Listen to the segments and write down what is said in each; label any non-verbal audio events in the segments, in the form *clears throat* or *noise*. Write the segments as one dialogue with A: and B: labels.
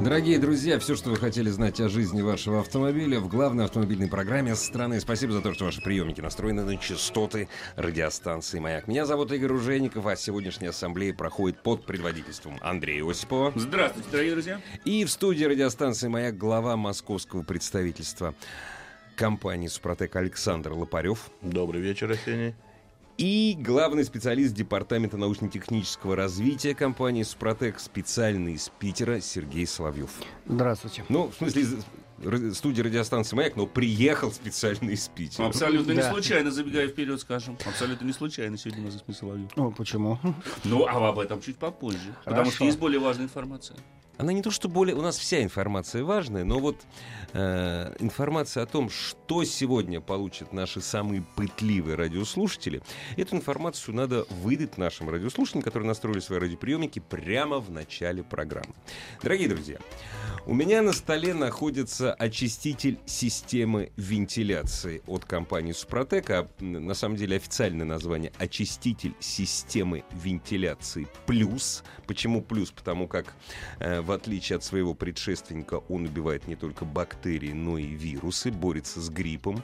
A: Дорогие друзья, все, что вы хотели знать о жизни вашего автомобиля в главной автомобильной программе страны. Спасибо за то, что ваши приемники настроены на частоты радиостанции «Маяк». Меня зовут Игорь Ужеников, а сегодняшняя ассамблея проходит под предводительством Андрея Осипова.
B: Здравствуйте, дорогие друзья.
A: И в студии радиостанции «Маяк» глава московского представительства компании «Супротек» Александр Лопарев.
B: Добрый вечер, Арсений.
A: И главный специалист Департамента научно-технического развития компании «Супротек», специальный из Питера Сергей Соловьев.
C: Здравствуйте.
A: Ну, в смысле, из ра- студии радиостанции «Маяк», но приехал специально из Питера.
B: Абсолютно не
C: Да.
B: случайно, забегая вперед, скажем. Абсолютно не случайно сегодня мы здесь Соловьев.
C: О, почему?
B: Ну, а об этом чуть попозже. Потому
C: Хорошо.
B: что есть более важная информация.
A: Она не то что более... У нас вся информация важная, но вот э, информация о том, что сегодня получат наши самые пытливые радиослушатели, эту информацию надо выдать нашим радиослушателям, которые настроили свои радиоприемники прямо в начале программы. Дорогие друзья, у меня на столе находится очиститель системы вентиляции от компании Супротек, а м, на самом деле официальное название очиститель системы вентиляции плюс. Почему плюс? Потому как э, в отличие от своего предшественника он убивает не только бактерии, но и вирусы, борется с гриппом,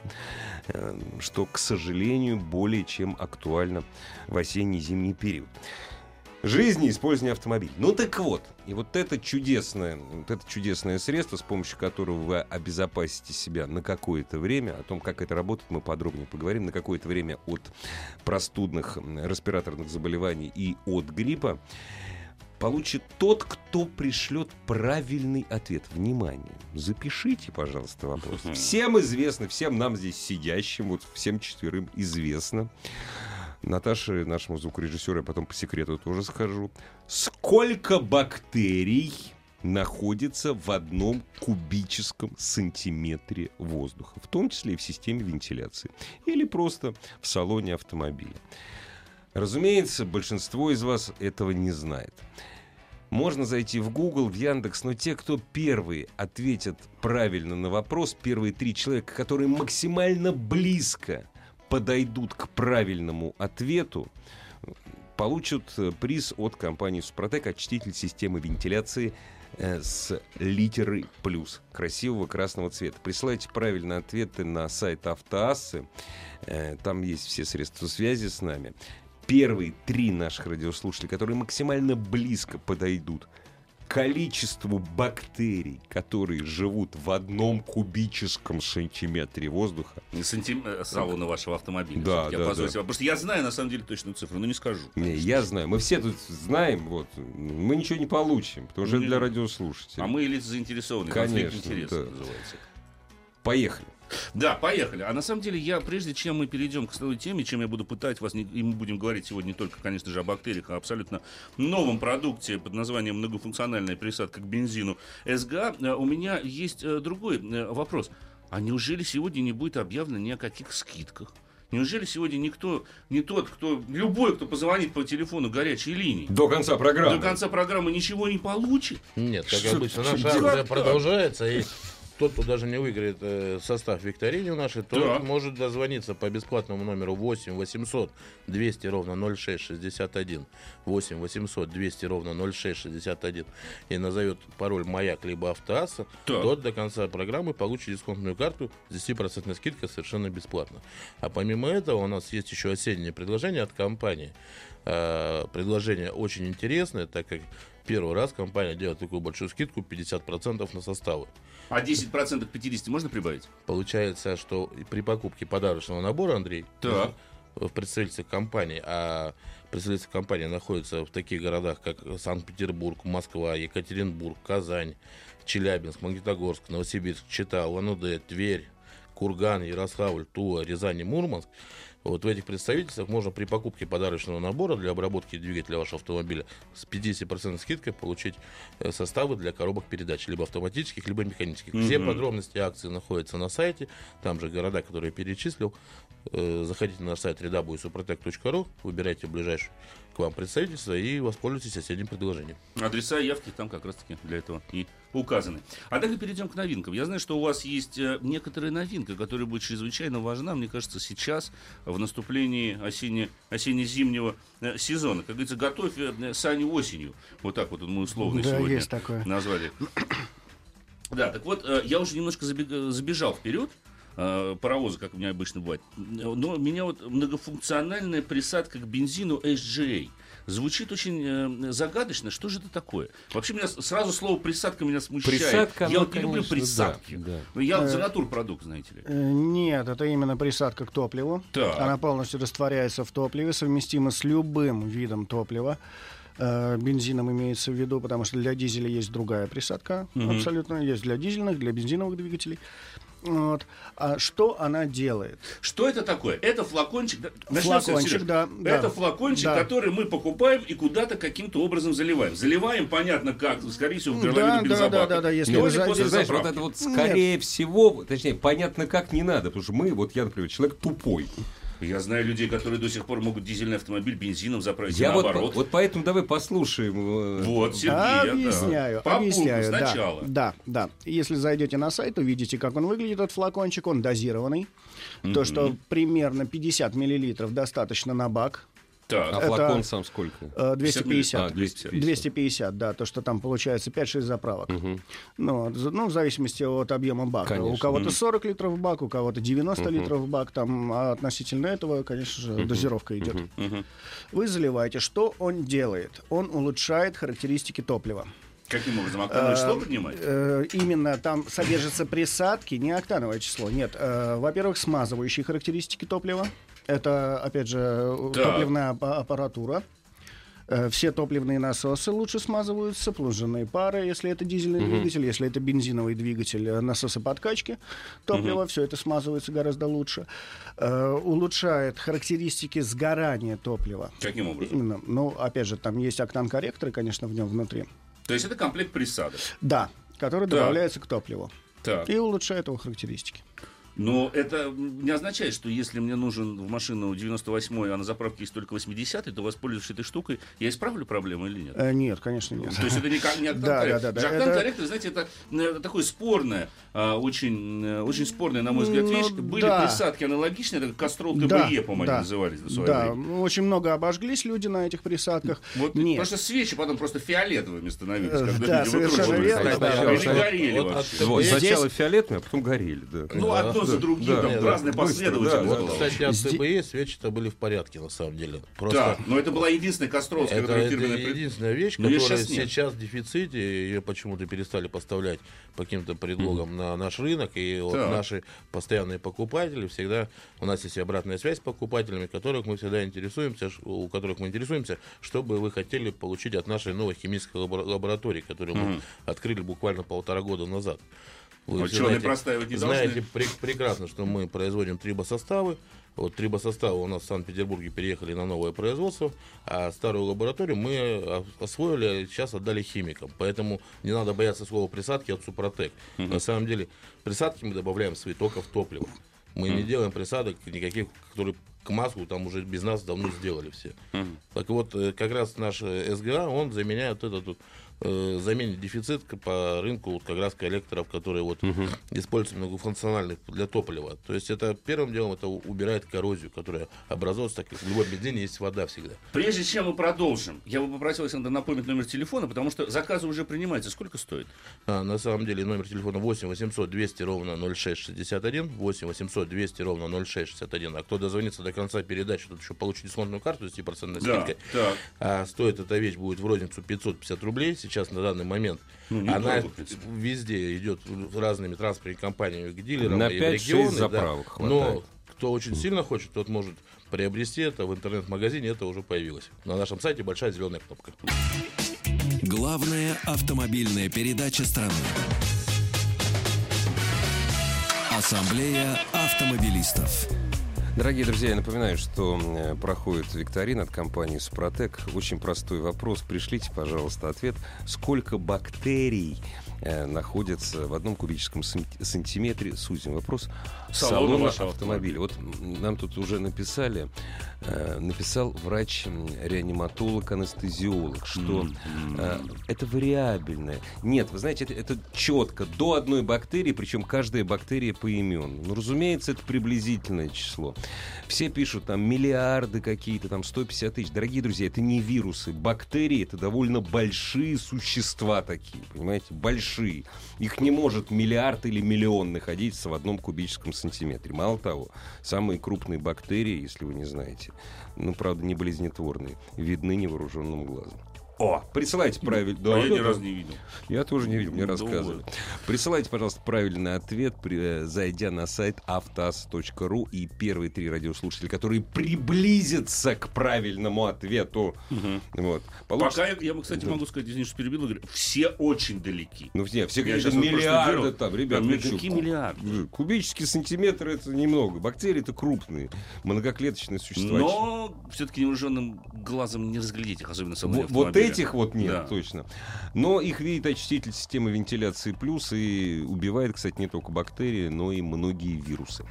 A: э, что, к сожалению, более чем актуально в осенне-зимний период жизни использования автомобиля. Ну так вот, и вот это чудесное, вот это чудесное средство, с помощью которого вы обезопасите себя на какое-то время, о том, как это работает, мы подробнее поговорим, на какое-то время от простудных м, респираторных заболеваний и от гриппа, получит тот, кто пришлет правильный ответ. Внимание, запишите, пожалуйста, вопрос. Всем известно, всем нам здесь сидящим, вот всем четверым известно, Наташе, нашему звукорежиссеру, я потом по секрету тоже скажу. Сколько бактерий находится в одном кубическом сантиметре воздуха, в том числе и в системе вентиляции, или просто в салоне автомобиля. Разумеется, большинство из вас этого не знает. Можно зайти в Google, в Яндекс, но те, кто первые ответят правильно на вопрос, первые три человека, которые максимально близко подойдут к правильному ответу, получат э, приз от компании «Супротек» очиститель системы вентиляции э, с литерой «плюс» красивого красного цвета. Присылайте правильные ответы на сайт «Автоассы». Э, Там есть все средства связи с нами. Первые три наших радиослушателя, которые максимально близко подойдут к количеству бактерий, которые живут в одном кубическом сантиметре воздуха,
B: Не сантим... э, салона вашего автомобиля.
A: Да,
B: Всё-таки
A: да,
B: я позволю
A: да.
B: себе. Потому что я знаю, на самом деле, точную цифру, но не скажу.
A: Не, я знаю, мы все тут знаем, вот, мы ничего не получим, потому что это для
B: Не.
A: радиослушателей.
B: А мы и лица заинтересованы.
A: Конечно,
B: конфликт интересов
A: да.
B: называется.
A: Поехали.
B: Да, поехали. А на самом деле я, прежде чем мы перейдем к основной теме, чем я буду пытать вас, не- и мы будем говорить сегодня не только, конечно же, о бактериях, а абсолютно новом продукте под названием многофункциональная присадка к бензину СГА, э, у меня есть э, другой э, вопрос. А неужели сегодня не будет объявлено ни о каких скидках? Неужели сегодня никто, не тот, кто, любой, кто позвонит по телефону горячей линии,
A: До конца программы.
B: до конца программы ничего не получит?
D: Нет, как
A: Что-
D: обычно,
A: что
D: наша
A: делать?
D: акция продолжается, и тот, кто даже не выиграет э, состав викторины у нашей, тот
B: Да.
D: может дозвониться по бесплатному номеру 8 800 200 ровно 0661, 8 800 200 ровно 0661, и назовет пароль «Маяк» либо «Автоасса»,
B: Так.
D: тот до конца программы получит дисконтную карту с 10% скидкой совершенно бесплатно. А помимо этого у нас есть еще осеннее предложение от компании. Э, Предложение очень интересное, так как первый раз компания делает такую большую скидку 50% на составы.
B: А 10% к 50 можно прибавить?
D: Получается, что и при покупке подарочного набора, Андрей,
B: Так.
D: в э, представительстве компании, а представительство компании находится в таких городах, как Санкт-Петербург, Москва, Екатеринбург, Казань, Челябинск, Магнитогорск, Новосибирск, Чита, улан Тверь, Курган, Ярославль, Тула, Рязань и Мурманск, Вот в этих представительствах можно при покупке подарочного набора для обработки двигателя вашего автомобиля с 50% скидкой получить э, составы для коробок передач, либо автоматических, либо механических. Все
B: Мгм.
D: подробности акции находятся на сайте, там же города, которые я перечислил. Э, Заходите на наш сайт www.suprotec.ru, выбирайте ближайшее к вам представительство и воспользуйтесь соседним предложением.
B: Адреса явки там как раз-таки для этого и указаны. А далее перейдем к новинкам. Я знаю, что у вас есть э, некоторая новинка, которая будет чрезвычайно важна, мне кажется, сейчас, в наступлении осенне- осенне-зимнего э, сезона. Как говорится, готовь э, э, сани осенью. Вот так вот мы условно
C: Да,
B: сегодня
C: есть такое.
B: назвали. *coughs* Да, так вот, э, я уже немножко забег- забежал вперед э, паровоза, как у меня обычно бывает. Но меня вот многофункциональная присадка к бензину SGA звучит очень э, загадочно. Что же это такое? Вообще меня с- сразу слово присадка меня смущает.
A: Присадка,
B: я
A: ну,
B: вот не люблю
A: конечно, да,
B: присадки.
A: да.
B: Ну, Я
C: Э,
B: за натурпродукт, знаете ли.
C: Э, Нет, это именно присадка к топливу.
B: Так.
C: Она полностью растворяется в топливе, совместима с любым видом топлива. Э, Бензином имеется в виду, потому что для дизеля есть другая присадка,
B: Мгм.
C: абсолютно есть для дизельных, для бензиновых двигателей. Вот. А что она делает?
B: Что это такое? Это флакончик. да, начнем с этого,
C: Флакончик,
B: Серёж.
C: да, да.
B: Это флакончик,
C: Да.
B: который мы покупаем и куда-то каким-то образом заливаем. Заливаем, понятно, как, скорее всего, в горловину
C: Да, да, да,
B: бензобака.
C: да, да. Если
B: Ну,
C: вы
B: или
C: за-
B: после
A: Ты знаешь, вот
B: заправки.
A: это вот скорее всего, точнее, понятно как не надо, потому что мы, вот я, например, человек тупой.
B: Я знаю людей, которые до сих пор могут дизельный автомобиль бензином заправить
A: Я вот,
B: наоборот.
A: вот поэтому давай послушаем. э,
B: Вот, Сергей, я, да.
C: Объясняю,
B: По пункту
C: объясняю. да.
B: сначала.
C: Да, да. Если зайдете на сайт, увидите, как он выглядит, этот флакончик. Он дозированный. То, что примерно 50 миллилитров достаточно на бак.
A: А
B: Так.
C: Это-
A: флакон сам сколько?
B: 250.
C: Э, 250.
A: А, 250.
C: 250, да, то, что там получается 5-6 заправок. Ну, з- ну, в зависимости от объема бака.
A: Конечно.
C: У кого-то 40 литров в бак, у кого-то 90 литров в бак. Там, а относительно этого, конечно же, дозировка идет. Вы заливаете. Что он делает? Он улучшает характеристики топлива.
B: Каким образом? Октановое число поднимать?
C: Э, именно там содержатся присадки, не октановое число, нет. Э, во-первых, смазывающие характеристики топлива. Это, опять же, э,
B: Так.
C: топливная аппа- аппаратура. Э, Все топливные насосы лучше смазываются, плунженные пары, если это дизельный двигатель, если это бензиновый двигатель, э, насосы подкачки топлива, все это смазывается гораздо лучше. Э, улучшает характеристики сгорания топлива.
B: Каким образом?
C: Именно, ну, опять же, там есть октан-корректоры, конечно, в нем внутри.
B: То есть это комплект присадок.
C: Да, который
B: Так.
C: добавляется к топливу.
B: Так.
C: И улучшает его характеристики.
B: Но это не означает, что если мне нужен в машину 98-й, а на заправке есть только 80-й, то воспользовавшись этой штукой, я исправлю проблему или нет?
C: Э, нет, конечно, нет.
B: То *laughs* есть это не, ко- не
C: Да,
B: октан-корректор.
C: да, да, да.
B: Же
C: Это-
B: октан-корректор, знаете, это э, такое спорное, а, очень, э, очень спорное, на мой взгляд,
C: Ну,
B: вещь. Были
C: да.
B: присадки аналогичные, это кастрол ТБЕ,
C: Да,
B: по-моему,
C: да.
B: они назывались на свое
C: Да, ну,
B: время.
C: очень много обожглись люди на этих присадках.
B: Вот,
C: нет.
B: Потому что свечи потом просто фиолетовыми становились,
C: Э,
B: когда
C: да,
B: люди
C: совершенно
B: выкручивали.
C: верно,
B: Они
D: да.
B: перегорели
D: Вот
B: вообще.
D: от-
A: Вот,
D: Здесь-
A: Сначала фиолетовые, а потом горели, да.
B: Ну,
D: Да.
B: одно за другим,
A: Да,
B: там
D: да.
B: разная
A: Быстро,
B: последовательность
A: да, да.
B: была.
D: Кстати, от
C: Зде-
D: ТБЕ свечи-то были в порядке, на самом деле.
B: Да,
D: Просто
B: но это была единственная кастровская,
D: это,
B: которая
D: это
B: фирменная при-
D: единственная вещь,
B: Ну, её
D: которая
B: щас нет.
D: сейчас в дефиците. Ее почему-то перестали поставлять по каким-то предлогам на наш рынок. И вот
B: Так.
D: наши постоянные покупатели всегда... У нас есть и обратная связь с покупателями, которых мы всегда интересуемся, ш- у которых мы интересуемся, что бы вы хотели получить от нашей новой химической лабора- лаборатории, которую мы открыли буквально полтора года назад. Вы все
B: Ученые простаивать не должны.
D: знаете пре- прекрасно, что мы производим трибосоставы. Вот трибосоставы у нас в Санкт-Петербурге переехали на новое производство, а старую лабораторию мы о- освоили, сейчас отдали химикам. Поэтому не надо бояться слова присадки от Супротек. На самом деле присадки мы добавляем свои только в топливо. Мы не делаем присадок никаких, которые к маслу там уже без нас давно сделали все. Так вот, э, как раз наш э, СГА, он заменяет этот вот, э, заменит дефицит к- по рынку вот как раз коллекторов, которые вот используются многофункциональных для топлива. То есть это первым делом это у- убирает коррозию, которая образовывается, так как в любой бензине есть вода всегда.
B: Прежде чем мы продолжим, я бы попросил Александра напомнить номер телефона, потому что заказы уже принимаются. Сколько стоит?
D: А, на самом деле номер телефона 8 800 200 ровно 0661, 8 800 200 ровно 0661. А кто дозвонится до конца передачи, тот еще получит дисконтную карту с 10% скидкой.
B: так.
D: А стоит эта вещь будет в розницу 550 рублей сейчас на данный момент.
B: Ну, недорого,
D: Она
B: в принципе.
D: везде идет разными транспортными компаниями к дилерам
A: На
D: и в
A: 5-6
D: регионы. да.
A: заправок
D: Но
A: хватает.
D: кто очень сильно хочет, тот может приобрести это в интернет-магазине, это уже появилось. На нашем сайте большая зеленая кнопка.
E: Главная автомобильная передача страны. Ассамблея автомобилистов.
A: Дорогие друзья, я напоминаю, что э, проходит викторина от компании «Супротек». Очень простой вопрос. Пришлите, пожалуйста, ответ. Сколько бактерий э, находится в одном кубическом санти- сантиметре, сузим вопрос,
B: Салона
A: салона
B: вашего
A: автомобиля. Вот м, нам тут уже написали, э, написал врач-реаниматолог-анестезиолог, что э, это вариабельное. Нет, вы знаете, это, это четко, до одной бактерии, причем каждая бактерия поименно. Ну, разумеется, это приблизительное число. Все пишут там миллиарды какие-то, там 150 тысяч. Дорогие друзья, это не вирусы. Бактерии — это довольно большие существа такие, понимаете? Большие. Их не может миллиард или миллион находиться в одном кубическом сантиметре. Мало того, самые крупные бактерии, если вы не знаете, ну, правда, не болезнетворные, видны невооруженным глазом. О, присылайте правильно.
B: Да, А я ни разу не видел.
A: Я тоже не видел, мне
B: Ну,
A: рассказывали.
B: вот.
A: Присылайте, пожалуйста, правильный ответ, при- э, зайдя на сайт автоаз.ру и первые три радиослушателя, которые приблизятся к правильному ответу. Вот. Получится-
B: Пока я, я, кстати, могу сказать, извините, что перебил, Игорь, все очень далеки.
A: Ну, все, все
B: Я
A: говорят,
B: щас вот просто
A: миллиарды
B: беру.
A: там, ребят.
B: Там
A: вы чё,
B: какие
A: ку-
B: миллиарды?
A: Кубические сантиметры это немного. Бактерии это крупные, многоклеточные существа.
B: Но все-таки невооруженным глазом не разглядеть их, особенно со мной
A: Вот, вот
B: автомобиля.
A: этих вот нет,
B: Да.
A: точно. Но их видит очиститель системы вентиляции плюс и убивает, кстати, не только бактерии, но и многие вирусы.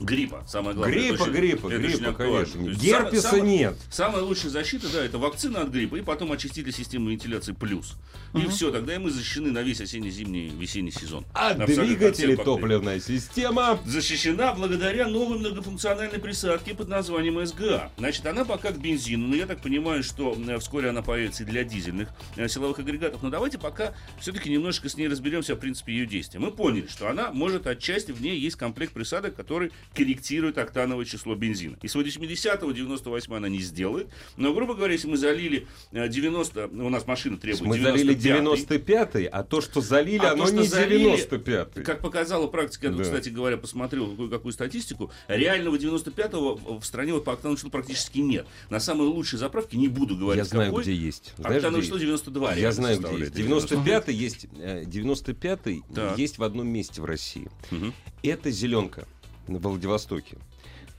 B: Гриппа, самое главное.
A: Гриппа,
B: Это очень-
A: гриппа,
B: это очень
A: гриппа,
B: актуально.
A: конечно.
B: То есть
A: Герпеса
B: самое- самое-
A: нет.
B: Самая лучшая защита, да, это вакцина от гриппа, и потом очистили систему вентиляции плюс. И все, тогда и мы защищены на весь осенне-зимний, весенний сезон.
A: А
B: Абсолютно от
A: двигатели,
B: всех бактерий.
A: топливная система.
B: защищена благодаря новой многофункциональной присадке под названием СГА. Значит, она пока к бензину, но я так понимаю, что э, вскоре она появится и для дизельных э, силовых агрегатов. Но давайте пока все-таки немножечко с ней разберемся в принципе ее действия. Мы поняли, что она может отчасти, в ней есть комплект присадок, который корректирует октановое число бензина. И с 80 98 она не сделает. Но, грубо говоря, если мы залили э, 90, у нас машина требует
A: Мы залили
B: 95.
A: 95-й, а то, что залили,
B: А
A: оно
B: то, что
A: не
B: залили,
A: 95-й.
B: Как показала практика, я, тут,
A: Да.
B: кстати говоря, посмотрел какую-то статистику, реального 95-го в стране вот по октановому числу практически нет. На самые лучшие заправки не буду говорить.
A: Я знаю,
B: какой. А
A: где есть. Знаешь,
B: Октановое
A: где
B: число
A: есть?
B: 92.
A: Я
B: реально
A: знаю, где
B: составляет
A: есть. 95-й есть, э, 95-й
B: Так.
A: есть в одном месте в России.
B: Мгм.
A: Это зеленка на Владивостоке.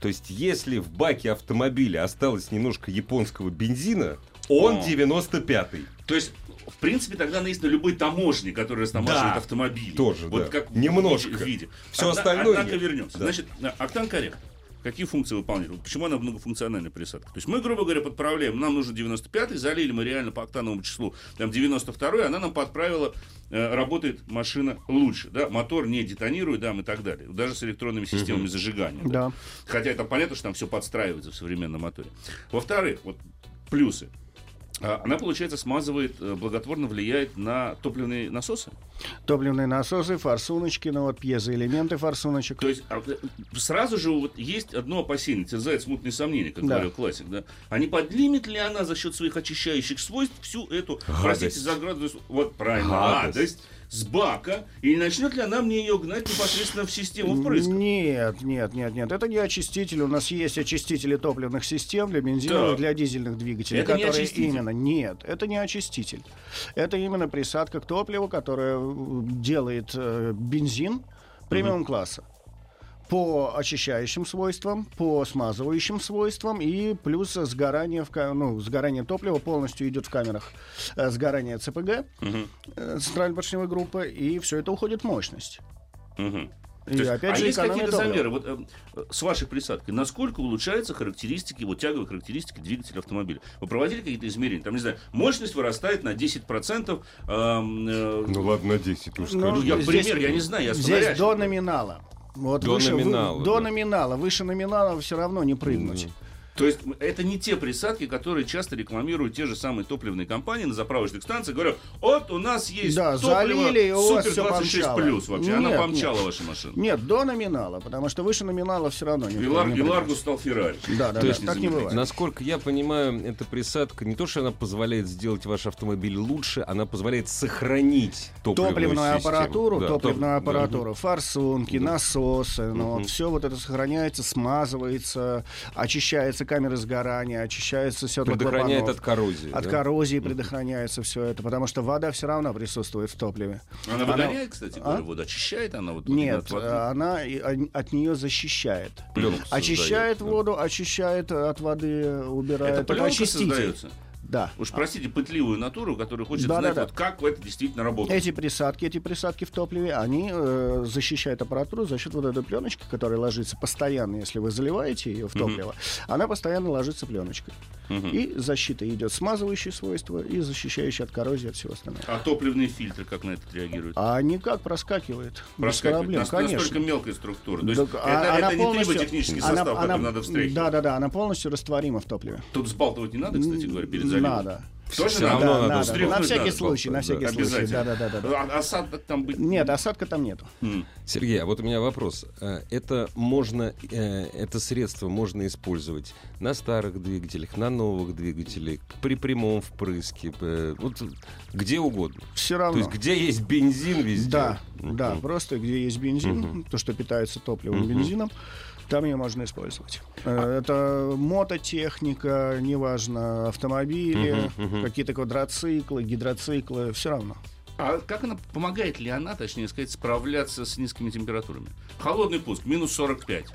A: То есть, если в баке автомобиля осталось немножко японского бензина, он
B: О.
A: 95-й.
B: То есть, в принципе, тогда она есть на любой таможне, которая растамаживает
A: Да.
B: автомобили.
A: Тоже,
B: вот
A: да.
B: как в
A: Немножко.
B: виде- в виде.
A: Всё остальное
B: Однако
A: нет.
B: вернемся.
A: Да.
B: Значит, э, октан корректор. Какие функции выполняет? Вот Почему она многофункциональная присадка? То есть мы, грубо говоря, подправляем, нам нужен 95-й, залили мы реально по октановому числу там 92-й, она нам подправила, э, работает машина лучше, да, мотор не детонирует, да, и так далее. Даже с электронными системами зажигания.
C: Да.
B: Хотя это понятно, что там все подстраивается в современном моторе. Во-вторых, вот плюсы. А, Она, получается, смазывает, э, благотворно влияет на топливные насосы.
C: Топливные насосы, форсуночки, ну вот пьезоэлементы форсуночек.
B: То есть а, э, сразу же вот есть одно опасение, терзает смутные сомнения, как
C: Да.
B: говорил классик. Да? А не поднимет ли она за счет своих очищающих свойств всю эту, простите за градус, вот правильно,
A: Гадость.
B: гадость с бака, и не начнет ли она мне ее гнать непосредственно в систему впрыска?
C: Нет, нет, нет, нет. Это не очиститель. У нас есть очистители топливных систем для бензиновых,
B: Так.
C: для дизельных двигателей.
B: Это не
C: которые
B: очиститель.
C: именно. Нет, это не очиститель. Это именно присадка к топливу, которая э, делает э, бензин премиум класса. По очищающим свойствам, по смазывающим свойствам и плюс сгорание, в, ка- ну, сгорание топлива полностью идет в камерах э, сгорание ЦПГ, э, центральной поршневой группы, и все это уходит в мощность.
B: Мгм.
C: И
B: То есть,
C: опять
B: а
C: же
B: есть
C: экономия
B: какие-то
C: топлива.
B: замеры вот, э, э, с вашей присадкой? Насколько улучшаются характеристики, вот тяговые характеристики двигателя автомобиля? Вы проводили какие-то измерения? Там, не знаю, мощность вырастает на 10%. эм, э,
A: Ну ладно, 10 уж
C: Ну,
A: скажи.
B: я
C: здесь-
B: пример, я не знаю, я
C: Здесь
B: снаряжен.
C: до номинала. Вот
A: До
C: выше, вы-
A: номинала,
C: до
A: да.
C: номинала. Выше номинала все равно не прыгнуть.
B: То есть это не те присадки, которые часто рекламируют те же самые топливные компании на заправочных станциях. Говорят, вот у нас есть
C: Да,
B: топливо
C: залили, и у вас
B: Супер
C: всё
B: 26
C: помчало.
B: плюс вообще. Она
C: Нет,
B: помчала
C: нет.
B: вашу машину.
C: Нет, до номинала, потому что выше номинала все равно не,
B: И, Лар-
C: не
B: и
C: прыгнуть.
B: Ларгус стал Феррари.
C: Да,
A: То
C: да, да,
A: есть
C: так не бывает.
A: Насколько я понимаю, эта присадка не то, что она позволяет сделать ваш автомобиль лучше, она позволяет сохранить топливную,
C: Топливную
A: систему.
C: аппаратуру,
A: Да,
C: топливную
A: топ- да.
C: аппаратуру, форсунки, насосы, ну,
A: Мгм.
C: вот все вот это сохраняется, смазывается, очищается очищаются камеры сгорания, очищаются все
A: Предохраняет от коррозии.
C: От
A: да?
C: коррозии предохраняется все это, потому что вода все равно присутствует в топливе.
B: Она выгоняет, кстати,
C: А?
B: говоря, воду очищает она вот
C: Нет,
B: вот
C: э, она и- он- от нее защищает.
B: Пленку создает,
C: Очищает
B: да.
C: воду, очищает э, от воды, э, убирает.
B: Это пленка
C: очиститель.
B: создается.
C: Да.
B: Уж простите, пытливую натуру, которая хочет
C: Да,
B: знать,
C: да, да.
B: вот как это действительно работает.
C: Эти присадки, эти присадки в топливе, они э, защищают аппаратуру за счет вот этой пленочки, которая ложится постоянно, если вы заливаете ее в топливо, она постоянно ложится пленочкой.
B: Мгм.
C: И защита идет смазывающие свойства и защищающие от коррозии от всего остального.
B: А топливные фильтры как на это реагируют?
C: А никак проскакивает.
B: Проскакивает.
C: без проблем,
B: Нас-
C: конечно.
B: Настолько мелкая структура. То есть
C: Так,
B: это,
C: а- она
B: это не
C: полностью-
B: триботехнический
C: она-
B: состав, который
C: она-
B: надо встряхивать.
C: Да, да, да, она полностью растворима в топливе.
B: Тут сбалтывать не надо, кстати говоря, перед заливом.
C: Надо.
B: Точно
A: Всё
B: надо?
A: равно
C: Да,
A: надо
C: надо.
A: встряхнуть,
C: На всякий
A: надо
C: случай, на
A: сбалтывать,
C: всякий случай.
B: Обязательно.
C: Да, да, да, да, да.
B: А- Осадок там быть...
C: Нет, осадка там нету.
B: М.
A: Сергей, а вот у меня вопрос. Э, Это можно, э, это средство можно использовать на старых двигателях, на новых двигателях, при прямом впрыске, э, вот где угодно.
C: Все
A: То
C: равно.
A: есть где есть бензин везде.
C: Да,
A: Мгм.
C: да, просто где есть бензин, то, что питается топливом,
A: Мгм. А
C: бензином, там ее можно использовать. Э, Это мототехника, неважно, автомобили,
A: Мгм, мгм.
C: какие-то квадроциклы, гидроциклы, все равно.
B: А как она помогает ли она, точнее сказать, справляться с низкими температурами? Холодный пуск, минус 45,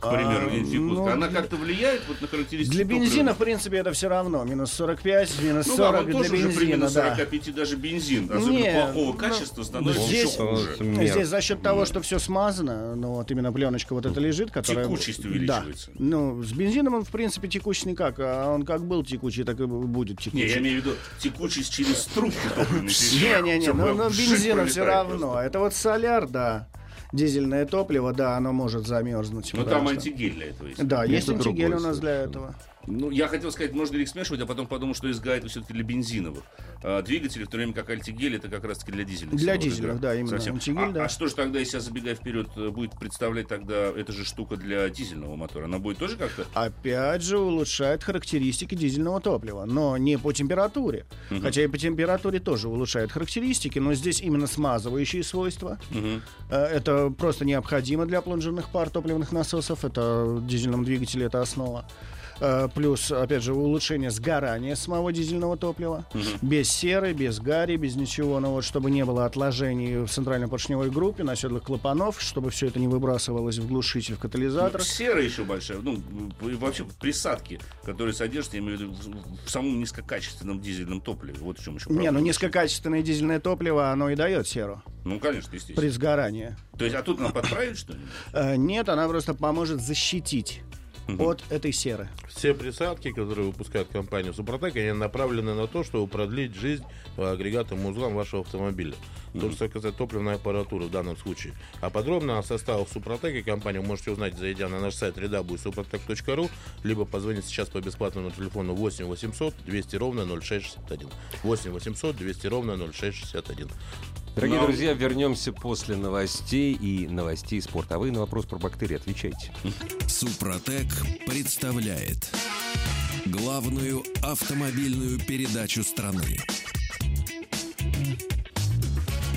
B: к примеру,
C: А,
B: день
C: ну,
B: пуска. Она как-то влияет вот на характеристики
C: Для
B: топлива?
C: бензина, в принципе, это все равно. Минус 45, минус
B: Ну да,
C: 40
B: он тоже
C: для
B: уже при
C: бензина,
B: минус
C: да.
B: 45 даже бензин, особенно
C: Не,
B: плохого
C: ну,
B: качества,
A: Он
B: становится
C: здесь-
B: еще хуже.
A: становится мерзким.
C: Здесь за счет того, что все смазано, ну вот именно пленочка вот эта лежит, которая...
B: Ну, Текучесть увеличивается.
C: Да. Ну, с бензином он, в принципе, текучий никак. А он как был текучий, так и будет текучий.
B: Не, я имею в виду текучесть через трубку
C: *laughs*
B: топливной печи.
C: Не-не-не,
B: Всё,
C: но,
B: прям жить
C: ну, бензина все
B: пролетает
C: равно.
B: просто.
C: Это вот соляр, да. Дизельное топливо, да, оно может замерзнуть.
B: Ну
C: потому
B: там
C: что-
B: антигель для этого есть.
C: Да, есть
A: Это
C: антигель у
A: другое
C: нас для
A: совершенно.
C: этого.
B: Ну, я хотел сказать, можно ли их смешивать, а потом подумал, что из гайда все-таки для бензиновых а, двигателей, в то время как альтигель это как раз-таки для дизельных.
C: Для
B: всего
C: дизельных,
B: разряда.
C: да, именно.
B: Совсем.
C: Антигель,
B: а,
C: да.
B: а что же тогда, если я забегая вперед, э, будет представлять тогда эта же штука для дизельного мотора? Она будет тоже как-то
C: Опять же, улучшает характеристики дизельного топлива, но не по температуре. Хотя и по температуре тоже улучшает характеристики, но здесь именно смазывающие свойства.
B: Мгм.
C: Э, Это просто необходимо для плунжерных пар топливных насосов. Это в дизельном двигателе это основа. Э, Плюс, опять же, улучшение сгорания самого дизельного топлива. Без серы, без гари, без ничего. Но вот чтобы не было отложений в центрально-поршневой группе на седлах клапанов, чтобы все это не выбрасывалось в глушитель, в катализатор.
B: Сера еще большая, ну, и вообще присадки, которые содержатся, я имею в виду, в, в самом низкокачественном дизельном топливе. Вот в чем еще
C: Не,
B: проблема.
C: ну низкокачественное дизельное топливо, оно и дает серу
B: Ну, конечно, естественно.
C: при сгорании.
B: То есть, а тут нам подправить, что ли?
C: Э, Нет, она просто поможет защитить от этой серы.
D: Все присадки, которые выпускает компания Супротек, они направлены на то, чтобы продлить жизнь э, агрегатам и узлам вашего автомобиля. То же, что касается топливной аппаратуры в данном случае. А подробно о составах Супротек и компании вы можете узнать, зайдя на наш сайт ру, либо позвонить сейчас по бесплатному телефону 8 800 200 ровно 0661. 8 800 200 ровно 0661.
A: Дорогие
B: Нам-
A: друзья, вернемся после новостей и новостей спорта. А вы на вопрос про бактерии отвечайте.
E: Супротек представляет главную автомобильную передачу страны.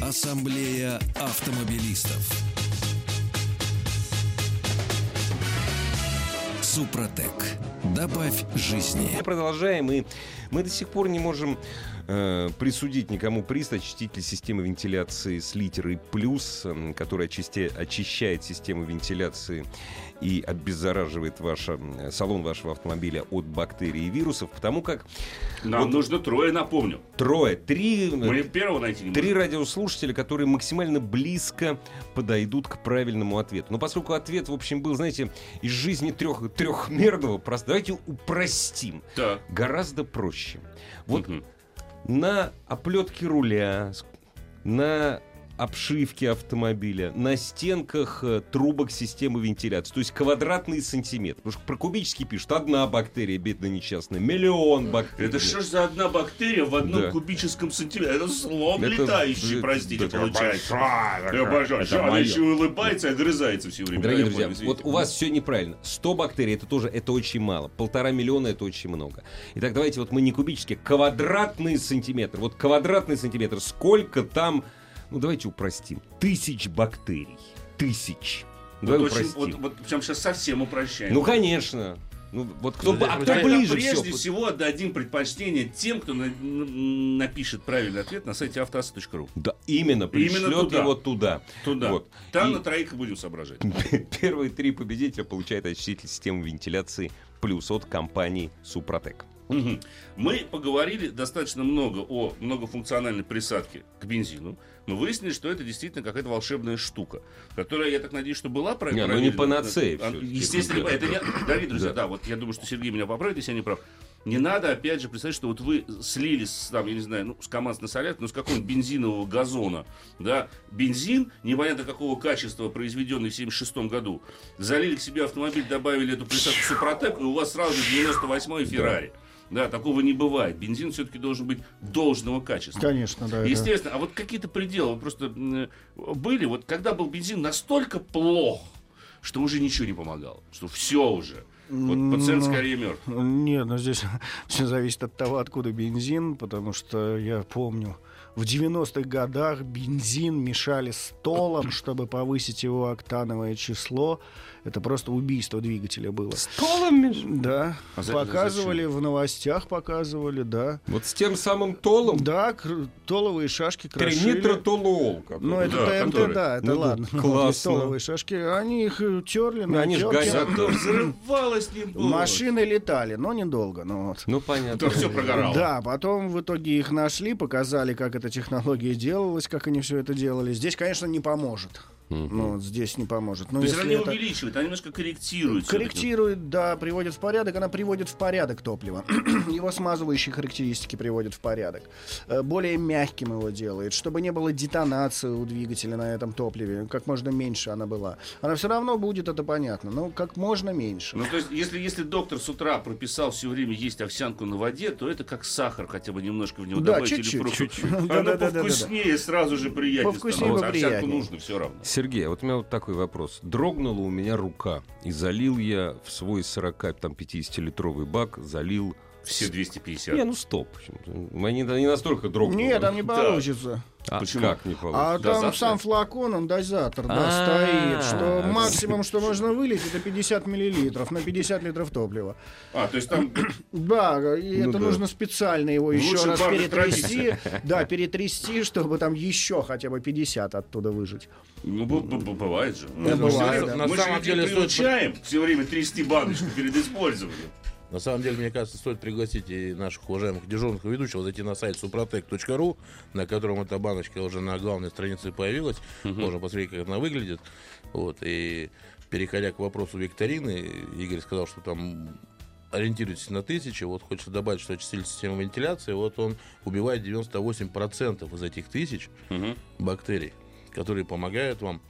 E: Ассамблея автомобилистов. Супротек. Добавь жизни.
A: Продолжаем, и мы до сих пор не можем э, присудить никому приз а очиститель системы вентиляции с литерой «плюс», м, который очисте- очищает систему вентиляции и обеззараживает ваш, э, салон вашего автомобиля от бактерий и вирусов, потому как
B: Нам нужно трое, напомню.
A: трое, три... э,
B: Мы первого найти не можем.
A: Три радиослушателя, которые максимально близко подойдут к правильному ответу. Но поскольку ответ, в общем, был, знаете, из жизни трех, трехмерного, просто давайте упростим.
B: Так.
A: Гораздо проще. Вот
B: Мгм.
A: на оплетке руля, с- на обшивке автомобиля, на стенках э, трубок системы вентиляции, то есть квадратный сантиметр. Потому что про кубический пишут, одна бактерия, бедная несчастная, миллион бактерий.
B: Это что ж за одна бактерия в одном
A: Да.
B: кубическом сантиметре? Это слон
A: Это-
B: летающий,
A: э,
B: простите,
A: да,
B: получается.
A: большая такая.
B: Я обожаю.
A: Это
B: Что, Она
A: моё.
B: еще и улыбается и огрызается все время.
A: Дорогие
B: Да, я
A: друзья,
B: понял,
A: вот
B: извините. Ну.
A: у вас все неправильно. 100 бактерий это тоже это очень мало. Полтора миллиона это очень много. Итак, давайте вот мы не кубические, квадратные сантиметры. Вот квадратный сантиметр. Сколько там, ну давайте упростим, тысяч бактерий. Тысяч.
B: Вот
A: Давай
B: очень-
A: упростим.
B: вот- вот прям сейчас совсем упрощаем.
A: Ну, конечно. Ну, вот кто,
D: Ну,
A: бы- а
D: здесь
A: кто
D: мы
A: ближе
B: прежде
A: всё?
B: всего отдадим предпочтение тем, кто на- м, напишет правильный ответ на сайте автоаса.ру.
A: Да, именно, пришлет
B: туда.
A: его туда. *laughs*
B: Туда.
A: Вот.
B: Там
A: И-
B: на троих и будем соображать.
A: Первые три победителя получают очиститель системы вентиляции плюс от компании Супротек.
B: Мгм. Мы поговорили достаточно много о многофункциональной присадке к бензину. Мы выяснили, что это действительно какая-то волшебная штука, которая, я так надеюсь, что была про-
A: Не, ну не
B: проверена.
A: панацея
B: А,
A: всё-таки.
B: Естественно,
A: Да.
B: это не... Дорогие друзья,
A: Да.
B: да, вот я думаю, что Сергей меня поправит, если я не прав. Не надо, опять же, представить, что вот вы слили, с, там, я не знаю, ну, с командной солярки, ну, с какого-нибудь бензинового газона, да, бензин, непонятно какого качества, произведенный в 76 году, залили к себе автомобиль, добавили эту присадку Супротек, и у вас сразу же 98-й Феррари. Да, такого не бывает. Бензин все-таки должен быть должного качества.
C: Конечно, да. это-
B: Естественно, а вот какие-то пределы просто м, были, вот когда был бензин настолько плох, что уже ничего не помогало, что все уже. Вот пациент
C: Ну,
B: скорее мертв.
C: Нет, ну здесь *laughs* все зависит от того, откуда бензин, потому что я помню, в 90-х годах бензин мешали с толом, чтобы повысить его октановое число. Это просто убийство двигателя было. Да,
B: А за-
C: показывали в новостях, показывали, да.
A: Вот с тем самым толом?
C: Да, кр- толовые шашки крошили.
A: Тринитротолол. какой-то.
C: Ну, это
B: Да,
C: ТНТ,
B: который.
C: да, это
A: Ну, А да,
C: ладно. Вот
A: классно.
C: есть Толовые шашки, они их э, терли,
A: Ну, они ж
C: натерли.
A: горят.
B: Зато взрывалось не было.
C: Машины летали, но недолго, ну вот.
A: Ну, понятно.
B: То все прогорало.
C: Да, потом в итоге их нашли, показали, как эта технология *laughs* делалась, как они все это делали. Здесь, конечно, не поможет. Ну, вот здесь не поможет. Но
B: То есть
C: если
B: она не
C: это
B: увеличивает, она немножко корректирует. всё-таки.
C: корректирует, да, приводит в порядок, она приводит в порядок топливо. *clears throat* его смазывающие характеристики приводит в порядок. Э, Более мягким его делает, чтобы не было детонации у двигателя на этом топливе. Как можно меньше она была. Она все равно будет, это понятно, но как можно меньше.
B: Ну, то есть, если, если доктор с утра прописал все время есть овсянку на воде, то это как сахар, хотя бы немножко в него
C: Да,
B: добавить. или
C: чуть-чуть,
B: фруктов.
C: чуть-чуть.
B: Она
C: Да-да-да-да-да.
B: повкуснее сразу же приятнее
C: Повкуснее,
B: становится. Овсянку
C: поприятнее.
B: нужно все равно.
A: Сергей, а вот у меня вот такой вопрос. Дрогнула у меня рука, и залил я в свой 40, там, 50-литровый бак, залил...
B: Все 250.
A: Не, ну, стоп. Они не настолько дрогнули.
C: Нет, там не
B: Да.
C: получится.
A: А
B: Почему?
A: Как не получится?
C: А
B: Дозатор?
C: там сам флакон, он дозатор, да,
A: А,
C: стоит. Что
A: да.
C: максимум, что можно вылить, это 50 миллилитров на 50 литров топлива.
B: А, то есть там
C: Да, и
A: Ну да.
C: это нужно специально его еще
B: Лучше
C: раз
B: бак *laughs*
C: перетрясти. *laughs* Да, перетрясти, чтобы там еще хотя бы 50 оттуда выжать.
B: Ну, б- б- б- бывает же.
C: Ну,
B: Это
C: бывает,
B: всё время-
D: да.
B: Мы
D: На
B: же
D: самом
B: людей
D: деле стоит-
B: приучаем все время трясти баночку перед использованием.
D: На самом деле, мне кажется, стоит пригласить и наших уважаемых дежурных и ведущих зайти на сайт suprotec.ru, на котором эта баночка уже на главной странице появилась. Можно посмотреть, как она выглядит. Вот. И переходя к вопросу викторины, Игорь сказал, что там ориентируйтесь на тысячи. Вот хочется добавить, что очиститель системы вентиляции, вот он убивает 98% из этих тысяч бактерий, которые помогают вам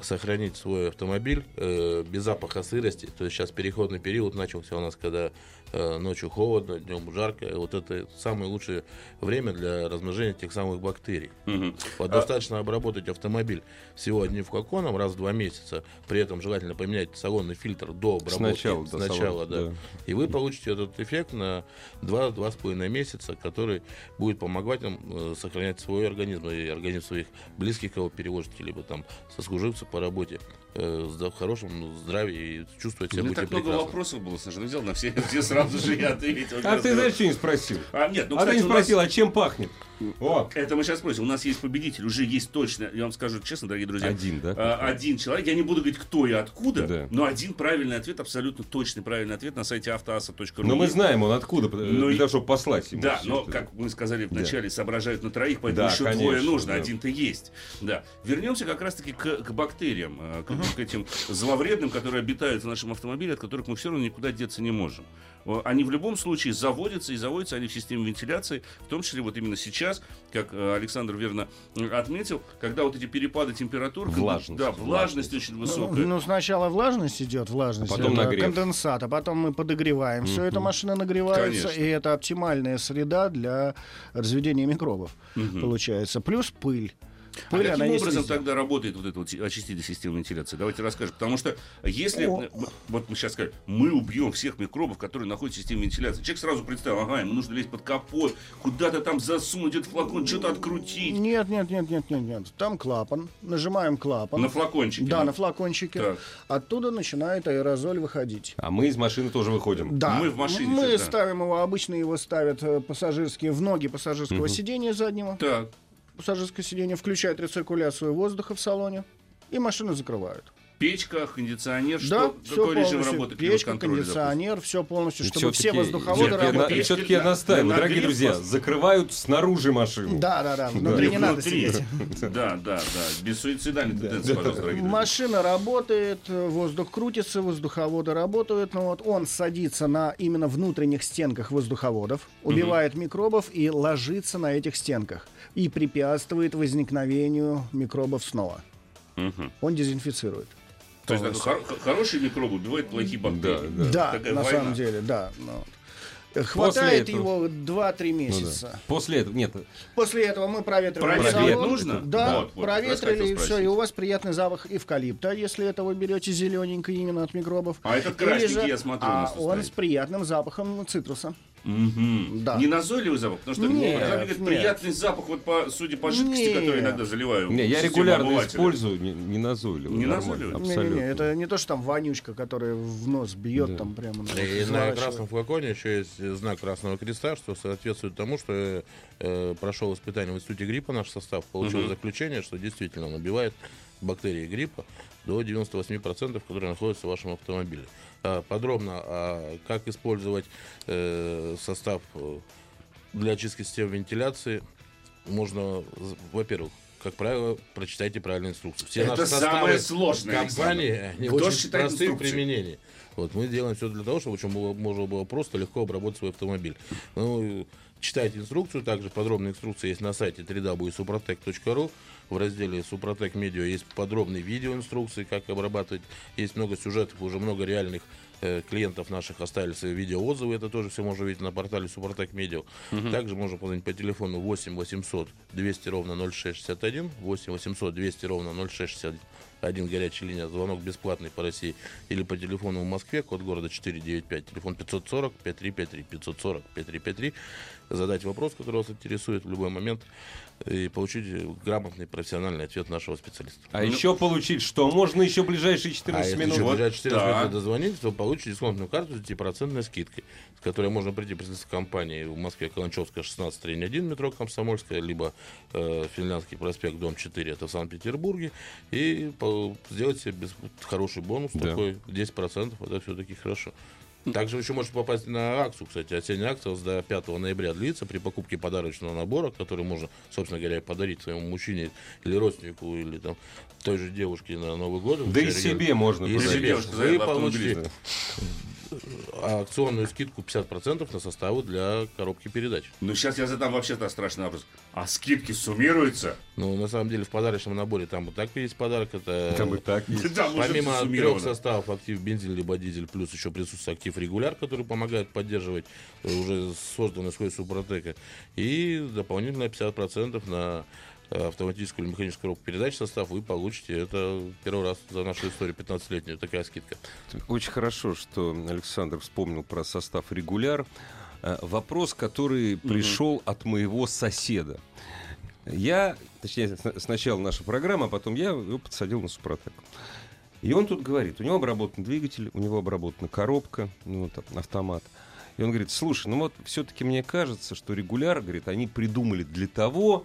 D: сохранить свой автомобиль э, без запаха сырости. То есть сейчас переходный период начался у нас, когда э, ночью холодно, днем жарко. И Вот это самое лучшее время для размножения тех самых бактерий.
B: Мгм.
D: Вот
B: А-
D: достаточно обработать автомобиль всего одним флаконом раз в два месяца. При этом желательно поменять салонный фильтр до обработки.
A: Сначала до
D: Сначала,
A: салона,
D: да.
A: да.
D: И вы получите этот эффект на 2-2,5 месяца, который будет помогать вам э, сохранять свой организм и организм своих близких, кого перевозите, либо там сослуживцев по работе э, с да- в хорошем здравии и чувствовать
B: У
D: себя
B: меня
D: будете
B: так много
D: прекрасно.
B: вопросов было, Саша. Ну, взял на все, *laughs* все сразу же я ответил.
A: А ты знаешь, что не спросил?
B: А, нет, ну,
A: а ты
B: кстати,
A: не
B: у нас-
A: спросил, а чем пахнет? Ну, О,
B: Это мы сейчас спросим. У нас есть победитель, уже есть точно, я вам скажу честно, дорогие друзья.
A: Один, да?
B: а, Один человек. Я не буду говорить, кто и откуда,
A: Да.
B: но один правильный ответ, абсолютно точный правильный ответ на сайте автоаса.ру.
A: но ну, мы знаем, он откуда, потому
B: Ну и-
A: для того, чтобы послать ему.
B: Да,
A: всё
B: но,
A: это.
B: как мы сказали вначале, соображают на троих, поэтому
A: Да,
B: еще
A: конечно,
B: двое
A: да.
B: нужно, один-то есть. Да. Вернемся как раз-таки к, к бактериям, э, к, к этим зловредным, которые обитают в нашем автомобиле, от которых мы все равно никуда деться не можем. О, Они в любом случае заводятся, и заводятся они в системе вентиляции, в том числе вот именно сейчас, как э, Александр верно м, отметил, когда вот эти перепады температур... когда-
A: Влажность.
B: Да, влажность очень
C: Ну,
B: высокая.
C: ну, сначала влажность идет, влажность,
A: А потом
C: это
A: нагрев.
C: конденсат, а потом мы подогреваем. Все это машина нагревается,
B: Конечно.
C: и это оптимальная среда для разведения микробов, получается. Плюс пыль.
B: А
C: Пыль, она
B: каким
C: есть
B: образом
C: везде.
B: тогда работает вот эта вот очиститель системы вентиляции? Давайте расскажем. Потому что если... м, Вот мы сейчас скажем, мы убьем всех микробов, которые находятся в системе вентиляции. Человек сразу представил, ага, ему нужно лезть под капот, куда-то там засунуть этот флакон, что-то открутить.
C: Нет, нет, нет, нет, нет, нет. Там клапан. Нажимаем клапан.
B: На флакончике.
C: Да, на флакончике.
B: Так.
C: Оттуда начинает аэрозоль выходить.
A: А мы из машины тоже выходим.
C: Да.
B: Мы в машине
C: Мы
B: всегда.
C: ставим его, обычно его ставят э, пассажирские в ноги пассажирского сидения заднего.
B: Так.
C: Пассажирское сиденье включает рециркуляцию воздуха в салоне. И машину закрывают.
B: Печка, кондиционер,
C: да,
B: что?
C: все
B: Какой режим
C: полностью.
B: работы?
C: Печка,
B: климат-контроля,
C: кондиционер, все полностью, чтобы
A: Ну,
C: все
A: Всё-таки
C: воздуховоды
A: я-
C: работали.
A: Я, все-таки я
B: На-
A: настаиваю,
B: на
A: дорогие
B: гриль
A: друзья,
B: просто.
A: закрывают снаружи машину.
C: Да, да, да.
B: допустим?
C: Внутри не надо
B: Внутри.
C: сидеть.
B: *laughs* Да, да, да. Без суицидальной тенденции, пожалуйста, дорогие друзья.
C: Машина работает, э, воздух крутится, воздуховоды работают, но вот он садится на именно внутренних стенках воздуховодов, убивает микробов и ложится на этих стенках и препятствует возникновению микробов снова.
B: Мгм.
C: Он дезинфицирует.
B: То есть такой хор- хор- хороший микроб убивает плохие бактерии.
A: Да,
C: Да,
B: Такая
C: на
B: война.
C: самом деле, да. ну. Э, Хватает
A: этого-
C: его 2-3
A: Ну да.
C: месяца.
A: После этого, нет,
C: После этого мы проветриваем
B: Проветрить
C: салон.
B: нужно?
C: Да,
B: Вот, вот, как раз хотел
C: проветрили, и все,
B: спросить.
C: и у вас приятный запах эвкалипта, если это вы берете зелененький именно от микробов.
B: А этот
C: Или
B: красненький,
C: же-
B: я смотрю, у
C: а
B: нас тут
C: он
B: стоит.
C: с приятным запахом цитруса.
B: Мгм.
C: Да.
B: Не назойливый запах, потому что
C: Нет,
B: мне, когда мне говорят,
C: нет.
B: приятный запах, вот по, судя по жидкости,
C: Нет.
B: которую иногда заливаю.
A: Не, я
B: систему
A: регулярно
B: омывателя.
A: использую, не, не назойливо.
B: Не
A: нормально,
B: назойливо?
A: Абсолютно.
C: Не-не-не, это не то, что там вонючка, которая в нос бьет там прямо. на-
D: И на
C: заворачивает.
D: красном флаконе еще есть знак Красного Креста, что соответствует тому, что э, э, прошел испытание в институте гриппа наш состав, получил заключение, что действительно он убивает бактерии гриппа до 98%, которые находятся в вашем автомобиле. А, Подробно, а, как использовать э, состав э, для очистки систем вентиляции, можно, з- во-первых, как правило, прочитайте правильную инструкцию. Все
B: Это
D: наши
B: самое
D: составы
B: сложное,
D: компании,
B: Александр.
D: они
B: Кто ж
D: очень
B: читает
D: просты в
B: инструкцию?
D: применении. Вот мы делаем все для того, чтобы очень было- можно было просто легко обработать свой автомобиль. Ну, и читайте инструкцию, также подробная инструкция есть на сайте www.suprotec.ru. В разделе Супротек Медиа есть подробные видеоинструкции, как обрабатывать. Есть много сюжетов, уже много реальных э, клиентов наших оставили свои видеоотзывы. Это тоже все можно видеть на портале Супротек Медиа. Также можно позвонить по телефону 8 800 200 ровно 0661, 8 800 200 ровно 0661, горячая линия, звонок бесплатный по России, или по телефону в Москве, код города 495, телефон 540 5353, 540 5353, задать вопрос, который вас интересует в любой момент, и получить э, грамотный профессиональный ответ нашего специалиста.
A: А еще получить что? Можно еще ближайшие 14
D: А если
A: минут.
D: еще
A: Вот.
D: ближайшие 14
B: так.
D: минут дозвонитесь, то получите дисконтную карту с 10% скидкой, с которой можно прийти представиться компании в Москве Каланчевская 1631, метро Комсомольская, либо э, Финляндский проспект, дом 4, это в Санкт-Петербурге, и по- сделать себе без- хороший бонус
A: Да.
D: такой, 10%, это все-таки хорошо. Также вы еще можете попасть на акцию, кстати. Осенняя акция до 5 ноября длится при покупке подарочного набора, который можно, собственно говоря, подарить своему мужчине или родственнику, или там той же девушке на Новый год.
A: Да и
D: Все регионы.
A: себе можно
D: И
A: подарить.
D: себе
B: Девушка
D: вы
B: заехала в автомобиль,
D: получите акционную скидку 50% на составы для коробки передач.
B: Ну, сейчас я задам вообще-то страшный вопрос. А скидки суммируются? *laughs*
D: Ну, на самом деле, в подарочном наборе там вот так есть подарок. Это
A: Там и так есть.
B: Да, может,
D: Помимо трех
B: суммировано. Ну,
D: составов актив бензин либо дизель, плюс еще присутствует актив регуляр, который помогает поддерживать э, уже созданный свой супротека. И дополнительно 50% на э, автоматическую или механическую коробку передач состав вы получите. Это первый раз за нашу историю 15-летнюю такая скидка.
A: Очень хорошо, что Александр вспомнил про состав регуляр. Э, Вопрос, который пришел от моего соседа. Я, точнее, сна- сначала наша программа, а потом я его подсадил на Супротек. И он тут говорит, у него обработан двигатель, у него обработана коробка, ну, там, автомат. И он говорит, слушай, ну вот все-таки мне кажется, что регуляр, говорит, они придумали для того,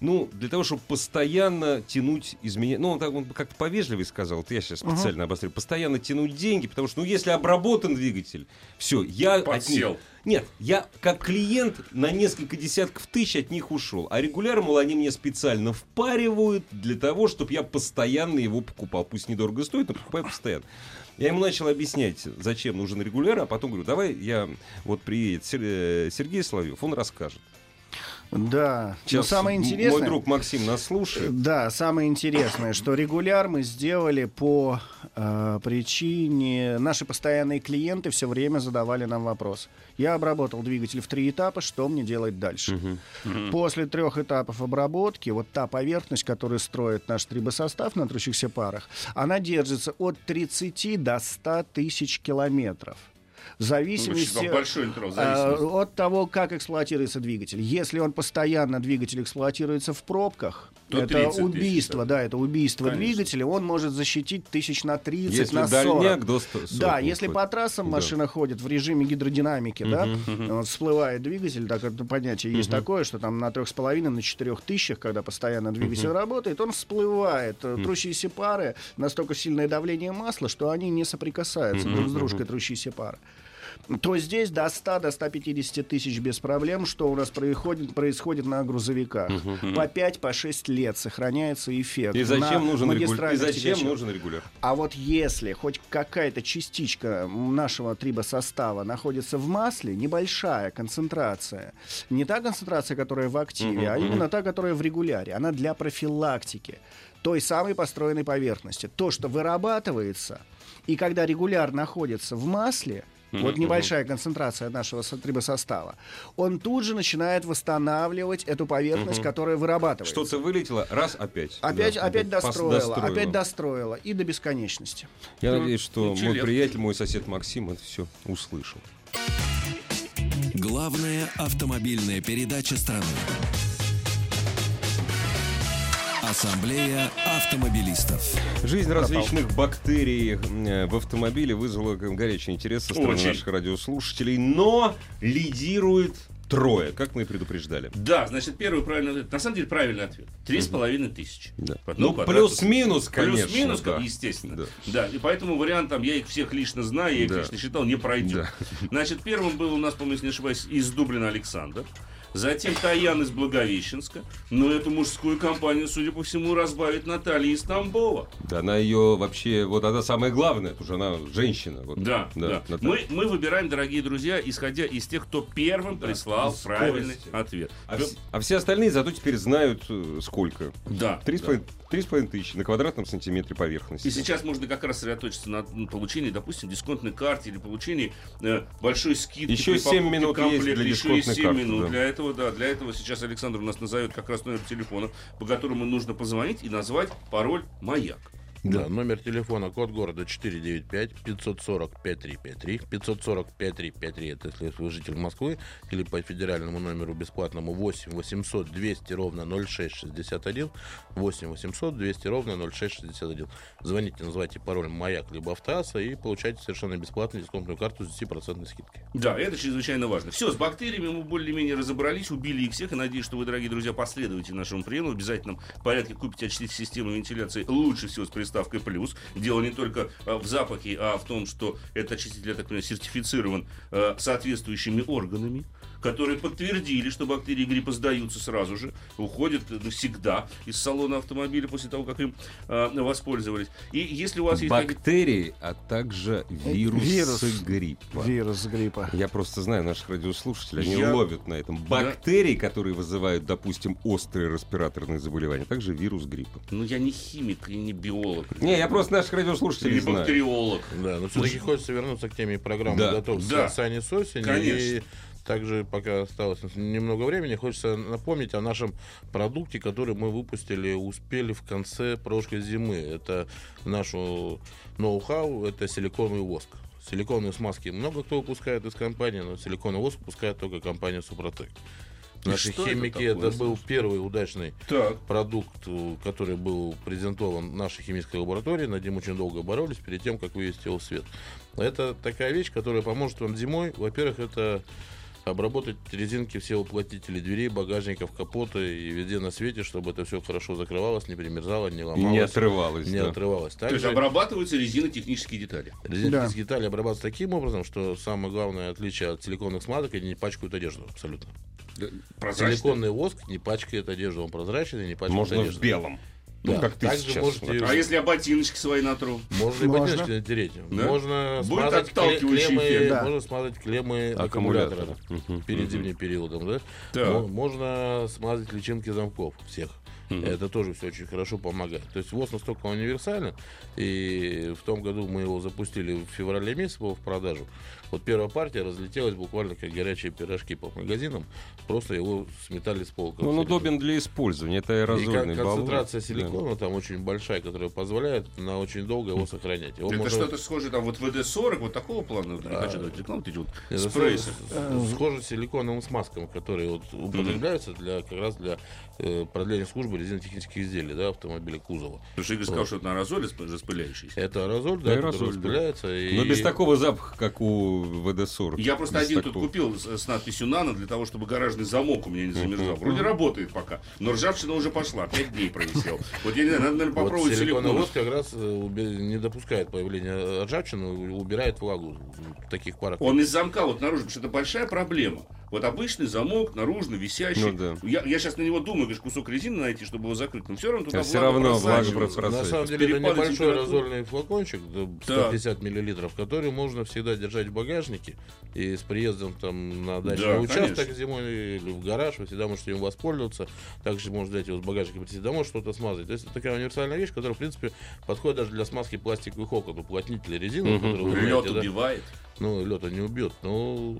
A: ну, для того, чтобы постоянно тянуть изменения. Ну, он так он как-то повежливее сказал, вот я сейчас специально обострю. Постоянно тянуть деньги, потому что, ну, если обработан двигатель, все, я от них-
B: Подсел.
A: Нет, я как клиент на несколько десятков тысяч от них ушел. А регуляр, мол, они мне специально впаривают для того, чтобы я постоянно его покупал. Пусть недорого стоит, но покупаю постоянно. Я ему начал объяснять, зачем нужен регуляр, а потом говорю, давай я, вот приедет Сер- э, Сергей Соловьев, он расскажет.
C: Да. Но
A: Сейчас
C: Ну, самое
A: м-
C: интересное...
A: Мой друг Максим нас слушает.
C: Да, самое интересное, что регуляр мы сделали по э, причине... Наши постоянные клиенты все время задавали нам вопрос. Я обработал двигатель в три этапа, что мне делать дальше? После трех этапов обработки, вот та поверхность, которую строит наш трибосостав на трущихся парах, она держится от 30 до 100 тысяч километров. В зависимости...
B: Очень большой интервал,
C: А,
B: зависимость.
C: от того, как эксплуатируется двигатель. Если он постоянно, двигатель эксплуатируется в пробках,
B: То
C: это
B: 30 тысяч,
C: убийство,
B: да.
C: да, это убийство
B: Конечно.
C: двигателя, он может защитить тысяч на 30,
A: Если
C: на 40.
A: дальняк до 100
C: Да,
A: сотни
C: если
A: хоть.
C: по трассам
A: Да.
C: машина ходит в режиме гидродинамики, да, вот всплывает двигатель, так это понятие есть такое, что там на трех с половиной, на четырех тысячах, когда постоянно двигатель работает, он всплывает, Э, трущиеся пары, настолько сильное давление масла, что они не соприкасаются друг с дружкой, трущиеся пары. То здесь до 100, до 150 тысяч без проблем, что у нас происходит, происходит на грузовиках. По 5, по 6 лет сохраняется эффект.
A: И зачем,
C: на
A: нужен, регуляр? И
C: магистральных
A: зачем
C: пересечениях.
A: нужен регуляр?
C: А вот если хоть какая-то частичка нашего трибосостава находится в масле, небольшая концентрация, не та концентрация, которая в активе, а именно та, которая в регуляре, она для профилактики той самой построенной поверхности. То, что вырабатывается, и когда регуляр находится в масле, вот небольшая концентрация нашего со- трибосостава, он тут же начинает восстанавливать эту поверхность, которая вырабатывается.
A: Что-то вылетело, раз опять.
C: Опять,
A: Да,
C: опять
A: пос-
C: достроила,
A: достроила.
C: опять достроила и до бесконечности.
A: Я надеюсь, что мой
B: Интеллект.
A: приятель, мой сосед Максим это все услышал.
E: Главная автомобильная передача страны. Ассамблея автомобилистов.
A: Жизнь различных бактерий э, в автомобиле вызвала г- горячий интерес со стороны
B: Очень.
A: наших радиослушателей, но лидирует трое, как мы и предупреждали.
B: Да, значит, первый правильный ответ. На самом деле, правильный ответ. Три с половиной тысячи.
A: Да.
B: По одному
A: Ну,
B: квадрату.
A: плюс-минус, конечно.
B: Плюс-минус,
A: да.
B: естественно.
A: Да.
B: Да. и поэтому вариант там, я их всех лично знаю, я их
A: Да.
B: лично считал, не пройдет.
A: *laughs*
B: Значит, первым был у нас, по-моему, если не ошибаюсь, из Дублина Александр. Затем Таян из Благовещенска. Но эту мужскую компанию, судя по всему, разбавит Наталья из Тамбова.
A: Да, она ее вообще, вот она самая главная, потому что она женщина. вот.
B: Да, да.
A: Наталья.
B: Мы, мы выбираем, дорогие друзья, исходя из тех, кто первым прислал
A: из
B: правильный
A: скорости.
B: ответ.
A: А, вс- а все остальные зато теперь знают э, сколько.
B: Да.
A: Три с
B: да.
A: половиной- три с половиной тысячи на квадратном сантиметре поверхности.
B: И сейчас можно как раз сосредоточиться на м, получении, допустим, дисконтной карты или получении э, большой скидки.
A: Еще
B: при
A: семь
B: покупке
A: минут есть для
B: еще и
A: дисконтной
B: 7
A: карты,
B: минут
A: да.
B: для этого, да, для этого сейчас Александр у нас назовет как раз номер телефона, по которому нужно позвонить и назвать пароль «Маяк».
D: Да, номер телефона, код города 495-540-5353. 540-5353 это если вы житель Москвы, или по федеральному номеру бесплатному 8 800 200 ровно 0661. 8 800 200 ровно 0661. Звоните, называйте пароль «Маяк» либо «Автоаса» и получайте совершенно бесплатную дисконтную карту с 10% скидкой.
B: Да, это чрезвычайно важно. Все, с бактериями мы более-менее разобрались, убили их всех. И надеюсь, что вы, дорогие друзья, последуете нашему приему. В обязательном порядке купите очистить систему вентиляции лучше всего с приставкой «плюс». Дело не только э, в запахе, а в том, что этот очиститель, я так понимаю, сертифицирован э, соответствующими органами которые подтвердили, что бактерии гриппа сдаются сразу же, уходят навсегда из салона автомобиля после того, как им э, воспользовались. И если у вас есть... какие-то-
A: Бактерии, а также вирусы
C: Вирус.
B: Типа.
A: гриппа.
C: Вирус гриппа.
A: Я просто знаю наших радиослушателей, они
B: Я-
A: ловят на этом бактерии, которые вызывают, допустим, острые респираторные заболевания, а также вирус гриппа.
B: Ну, я не химик и не биолог.
A: Не, я просто наших радиослушателей
B: Не
A: знаю.
B: бактериолог.
D: Ну, Да, но все-таки хочется вернуться к теме программы
A: Да.
D: «Готовься
B: Да.
D: с Аней Сосиной». И
B: Конечно.
D: также, пока осталось немного времени, хочется напомнить о нашем продукте, который мы выпустили, успели в конце прошлой зимы. Это нашу ноу-хау, это силиконовый воск. Силиконовые смазки много кто выпускает из компании, но силиконовый воск выпускает только компания «Супротек». Наши
B: что это
D: химики,
B: такое,
D: это был первый удачный
B: Так.
D: продукт, э, который был презентован в нашей химической лаборатории, над ним очень долго боролись перед тем, как вывести его в свет. Это такая вещь, которая поможет вам зимой. Во-первых, это обработать резинки все уплотнители дверей, багажников, капота и везде на свете, чтобы это все хорошо закрывалось, не примерзало, не
A: И
D: ломалось.
A: не отрывалось.
D: не
A: да.
D: отрывалось.
B: То есть
D: Также-
B: обрабатываются резинотехнические детали.
D: Резинки
C: Да.
D: из деталей обрабатываются таким образом, что самое главное отличие от силиконных смазок, они не пачкают одежду абсолютно.
B: Прозрачные.
D: Силиконный воск не пачкает одежду, он прозрачный, не пачкает
A: Можно в
D: одежду.
A: белом. Ну,
D: Да.
A: как ты
D: Также
A: сейчас.
D: можете-
A: вот.
B: А если я ботиночки свои натру?
D: Можно и
C: Можно.
D: ботиночки натереть.
B: Да?
D: Можно,
B: Будет
D: смазать кле-
B: отталкивающий
D: клеммы,
B: эффект.
C: Да.
D: можно смазать клеммы
A: Аккумулятора.
D: аккумулятора
A: Мгм,
D: перед
A: мгм.
D: зимним периодом. Да?
B: Так.
D: Мо- Можно смазать личинки замков всех. Это тоже все очень хорошо помогает. То есть ВОЗ настолько универсален, и в том году мы его запустили в феврале месяце его в продажу. Вот первая партия разлетелась буквально как горячие пирожки по магазинам, просто его сметали с полка.
A: Он
D: абсолютно.
A: Ну, удобен для использования. Это
D: И
A: аэрозольный
D: кон-
A: баллон.
D: концентрация
A: Да.
D: силикона там очень большая, которая позволяет на очень долго его сохранять. Его
B: Это
D: можно-
B: что-то схожее, там, вот ВД-40, вот такого плана. Не хочу давать рекламу, ты чё, вот
D: Это
B: спрей.
D: схоже- с- Схоже с силиконовым смазкам, которые вот употребляются для, как раз для э, продления службы резинотехнических изделий да, автомобиля кузова.
B: Потому что Игорь сказал, что это на разоле распыляющийся.
D: Это аэрозоль, да,
A: Аэрозоль,
D: который
A: да.
D: распыляется. и-
A: Но без такого запаха, как у ВД-40.
B: Я просто
A: Без
B: один тут
A: такого.
B: купил с, с надписью «Нано» для того, чтобы гаражный замок у меня не замерзал. Вроде работает пока, но ржавчина уже пошла. Пять дней провисел. Вот я не знаю, надо, наверное,
D: Вот
B: попробовать
D: силиконовый
B: силикон.
D: воск как раз э, уби- не допускает появления ржавчины, у- убирает влагу в таких парах.
B: Он из замка вот наружу, потому что это большая проблема. Вот обычный замок, наружно висящий.
A: Ну да.
B: я, сейчас на него думаю, конечно, кусок резины найти, чтобы его закрыть. Но все равно туда
A: А все
B: влага
A: равно влага
B: просачивается.
A: просачивается.
D: На самом
A: процесс.
D: деле это
B: Перепады
D: небольшой
B: температур.
D: разольный флакончик, да,
B: Да.
D: 150 миллилитров, который можно всегда держать в багажнике. И с приездом там на
B: Да,
D: дачный участок
B: конечно.
D: зимой или в гараж вы всегда можете им воспользоваться. Также можно взять его с багажника, прийти домой, что-то смазать. То есть это такая универсальная вещь, которая, в принципе, подходит даже для смазки пластиковых окон, уплотнителей резины,
A: Мгм.
D: которые вы
B: Лед
D: знаете, да.
B: убивает,
D: Ну, лед он не убьет, но,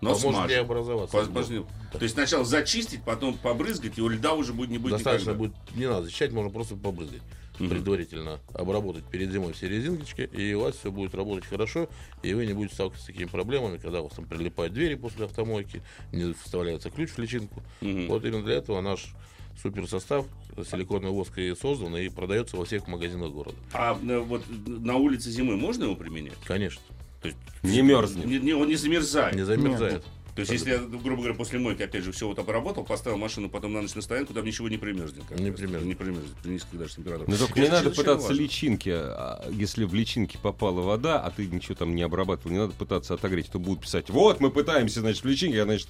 B: но
D: поможет
B: смажет.
D: преобразоваться.
B: Возможно. То есть сначала зачистить, потом побрызгать, его льда уже будет не будет
D: Достаточно
B: никогда.
D: будет, не надо защищать, можно просто побрызгать.
B: Мгм.
D: Предварительно обработать перед зимой все резиночки, и у вас все будет работать хорошо, и вы не будете сталкиваться с такими проблемами, когда у вас там прилипают двери после автомойки, не вставляется ключ в личинку.
B: Мгм.
D: Вот именно для этого наш супер состав силиконовый воск и создан и продается во всех магазинах города.
B: А э, вот на улице зимой можно его применять?
D: Конечно.
A: Не мерзнет.
B: Не- не- он не замерзает.
D: Не замерзает.
B: То есть, если я, грубо говоря, после мойки, опять же, все вот обработал, поставил машину потом на ночь на стоянку, там ничего не примерзнет. как
D: Не
B: раз.
D: примерзнет.
B: Не примерзнет при низких даже температурах.
A: Но Ну, только
B: Это
A: не надо
B: чрезвычайно
A: пытаться
B: важно.
A: личинки, а, если в личинки попала вода, а ты ничего там не обрабатывал, не надо пытаться отогреть, а то будут писать, вот мы пытаемся, значит, в личинке, а значит,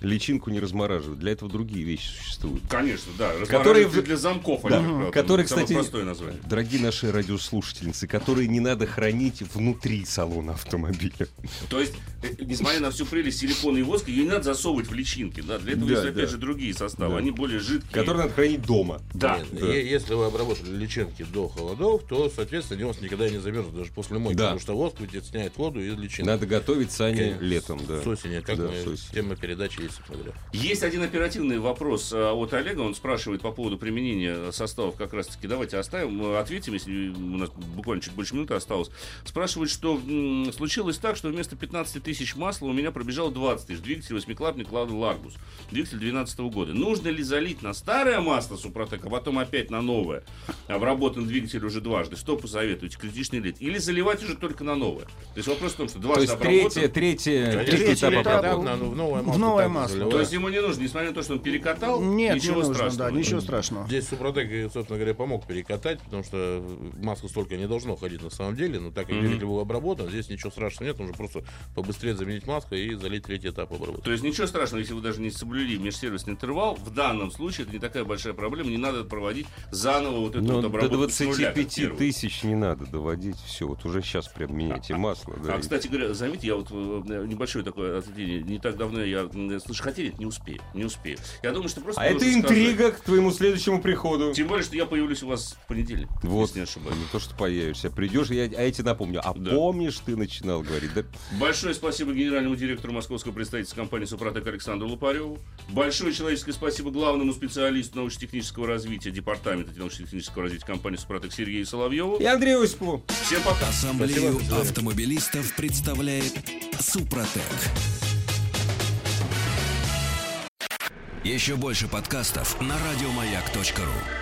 A: личинку не размораживают. Для этого другие вещи существуют.
B: Конечно, да.
A: Которые
B: разворачиватель
A: в-
B: для замков.
A: Да.
B: они, правда,
A: Которые,
B: самое
A: кстати,
B: простое название.
A: дорогие наши радиослушательницы, которые не надо хранить внутри салона автомобиля.
B: То есть, э, несмотря на всю прелесть силикона и воска, ее не надо засовывать в личинки. Да? Для этого
A: Да,
B: есть, опять
A: да.
B: же, другие составы.
A: Да.
B: Они более жидкие.
A: Которые надо хранить дома.
B: Да.
D: Нет, е- Если вы обработали личинки до холодов, то, соответственно, они у вас никогда не замерзнут, даже после мойки,
A: Да.
D: потому что воск вытесняет воду из личинок.
A: Надо готовить сани
D: Конечно,
A: летом, да.
D: Э, С осени, как
A: Да,
D: мы-
A: с осени.
D: тема передачи есть, собственно говоря.
B: Есть один оперативный вопрос э, от Олега. Он спрашивает по поводу применения составов как раз-таки. Давайте оставим, э, ответим, если у нас буквально чуть больше минуты осталось. Спрашивает, что м, случилось так, что вместо 15 тысяч масла у меня пробежало 20 тысяч. Двигатель восьмиклапник Лада Ларгус. Двигатель 2012 года. Нужно ли залить на старое масло Супротек, а потом опять на новое? Обработан двигатель уже дважды. Что посоветуете? Критичный лид. Или заливать уже только на новое? То есть вопрос в том, что
A: То
B: дважды
A: есть
B: обработан.
A: третье, третье,
D: Конечно,
A: третий этап
C: третий этап.
A: обработки.
D: на- ну, в новое
C: В
D: масло.
C: новое
D: так
C: масло.
D: заливают.
B: То есть ему не нужно, несмотря на то, что он перекатал,
C: Нет,
B: ничего
C: не нужно,
B: страшного.
C: да, ничего страшного.
D: Здесь Супротек, э, собственно говоря, помог перекатать, потому что масло столько не должно ходить на самом деле, но так как двигатель был обработан, здесь ничего страшного нет, нужно просто побыстрее заменить масло и залить третий этап обработки.
B: То есть ничего страшного, если вы даже не соблюли межсервисный интервал. В данном случае это не такая большая проблема. Не надо проводить заново вот эту
A: Ну,
B: вот
A: до
B: обработку с нуля, как
A: 25
B: первую.
A: тысяч не надо доводить. Все, вот уже сейчас прям меняйте масло. да,
B: А,
A: и-
B: кстати говоря, заметьте, я вот э, небольшое такое отвлечение. Не так давно я м, э, слышу, хотели, не успею, не успею. Я думаю, что Типа. просто...
A: А
B: нужно
A: это
B: сказать.
A: интрига к твоему следующему приходу.
B: Тем более, что я появлюсь у вас в понедельник,
A: Вот,
B: если не ошибаюсь.
A: не то, что появишься. Придешь, я, а я тебе напомню. А
B: Да.
A: помнишь, ты начинал говорить? Да,
B: Большое спасибо генеральному директору московского представительства компании «Супротек» Александру Лупареву. Большое человеческое спасибо главному специалисту научно-технического развития департамента научно-технического развития компании «Супротек» Сергею Соловьеву.
A: И Андрею Осипову.
B: Всем пока!
E: Ассамблею автомобилистов представляет Супротек. Еще больше подкастов на радиомаяк.ру.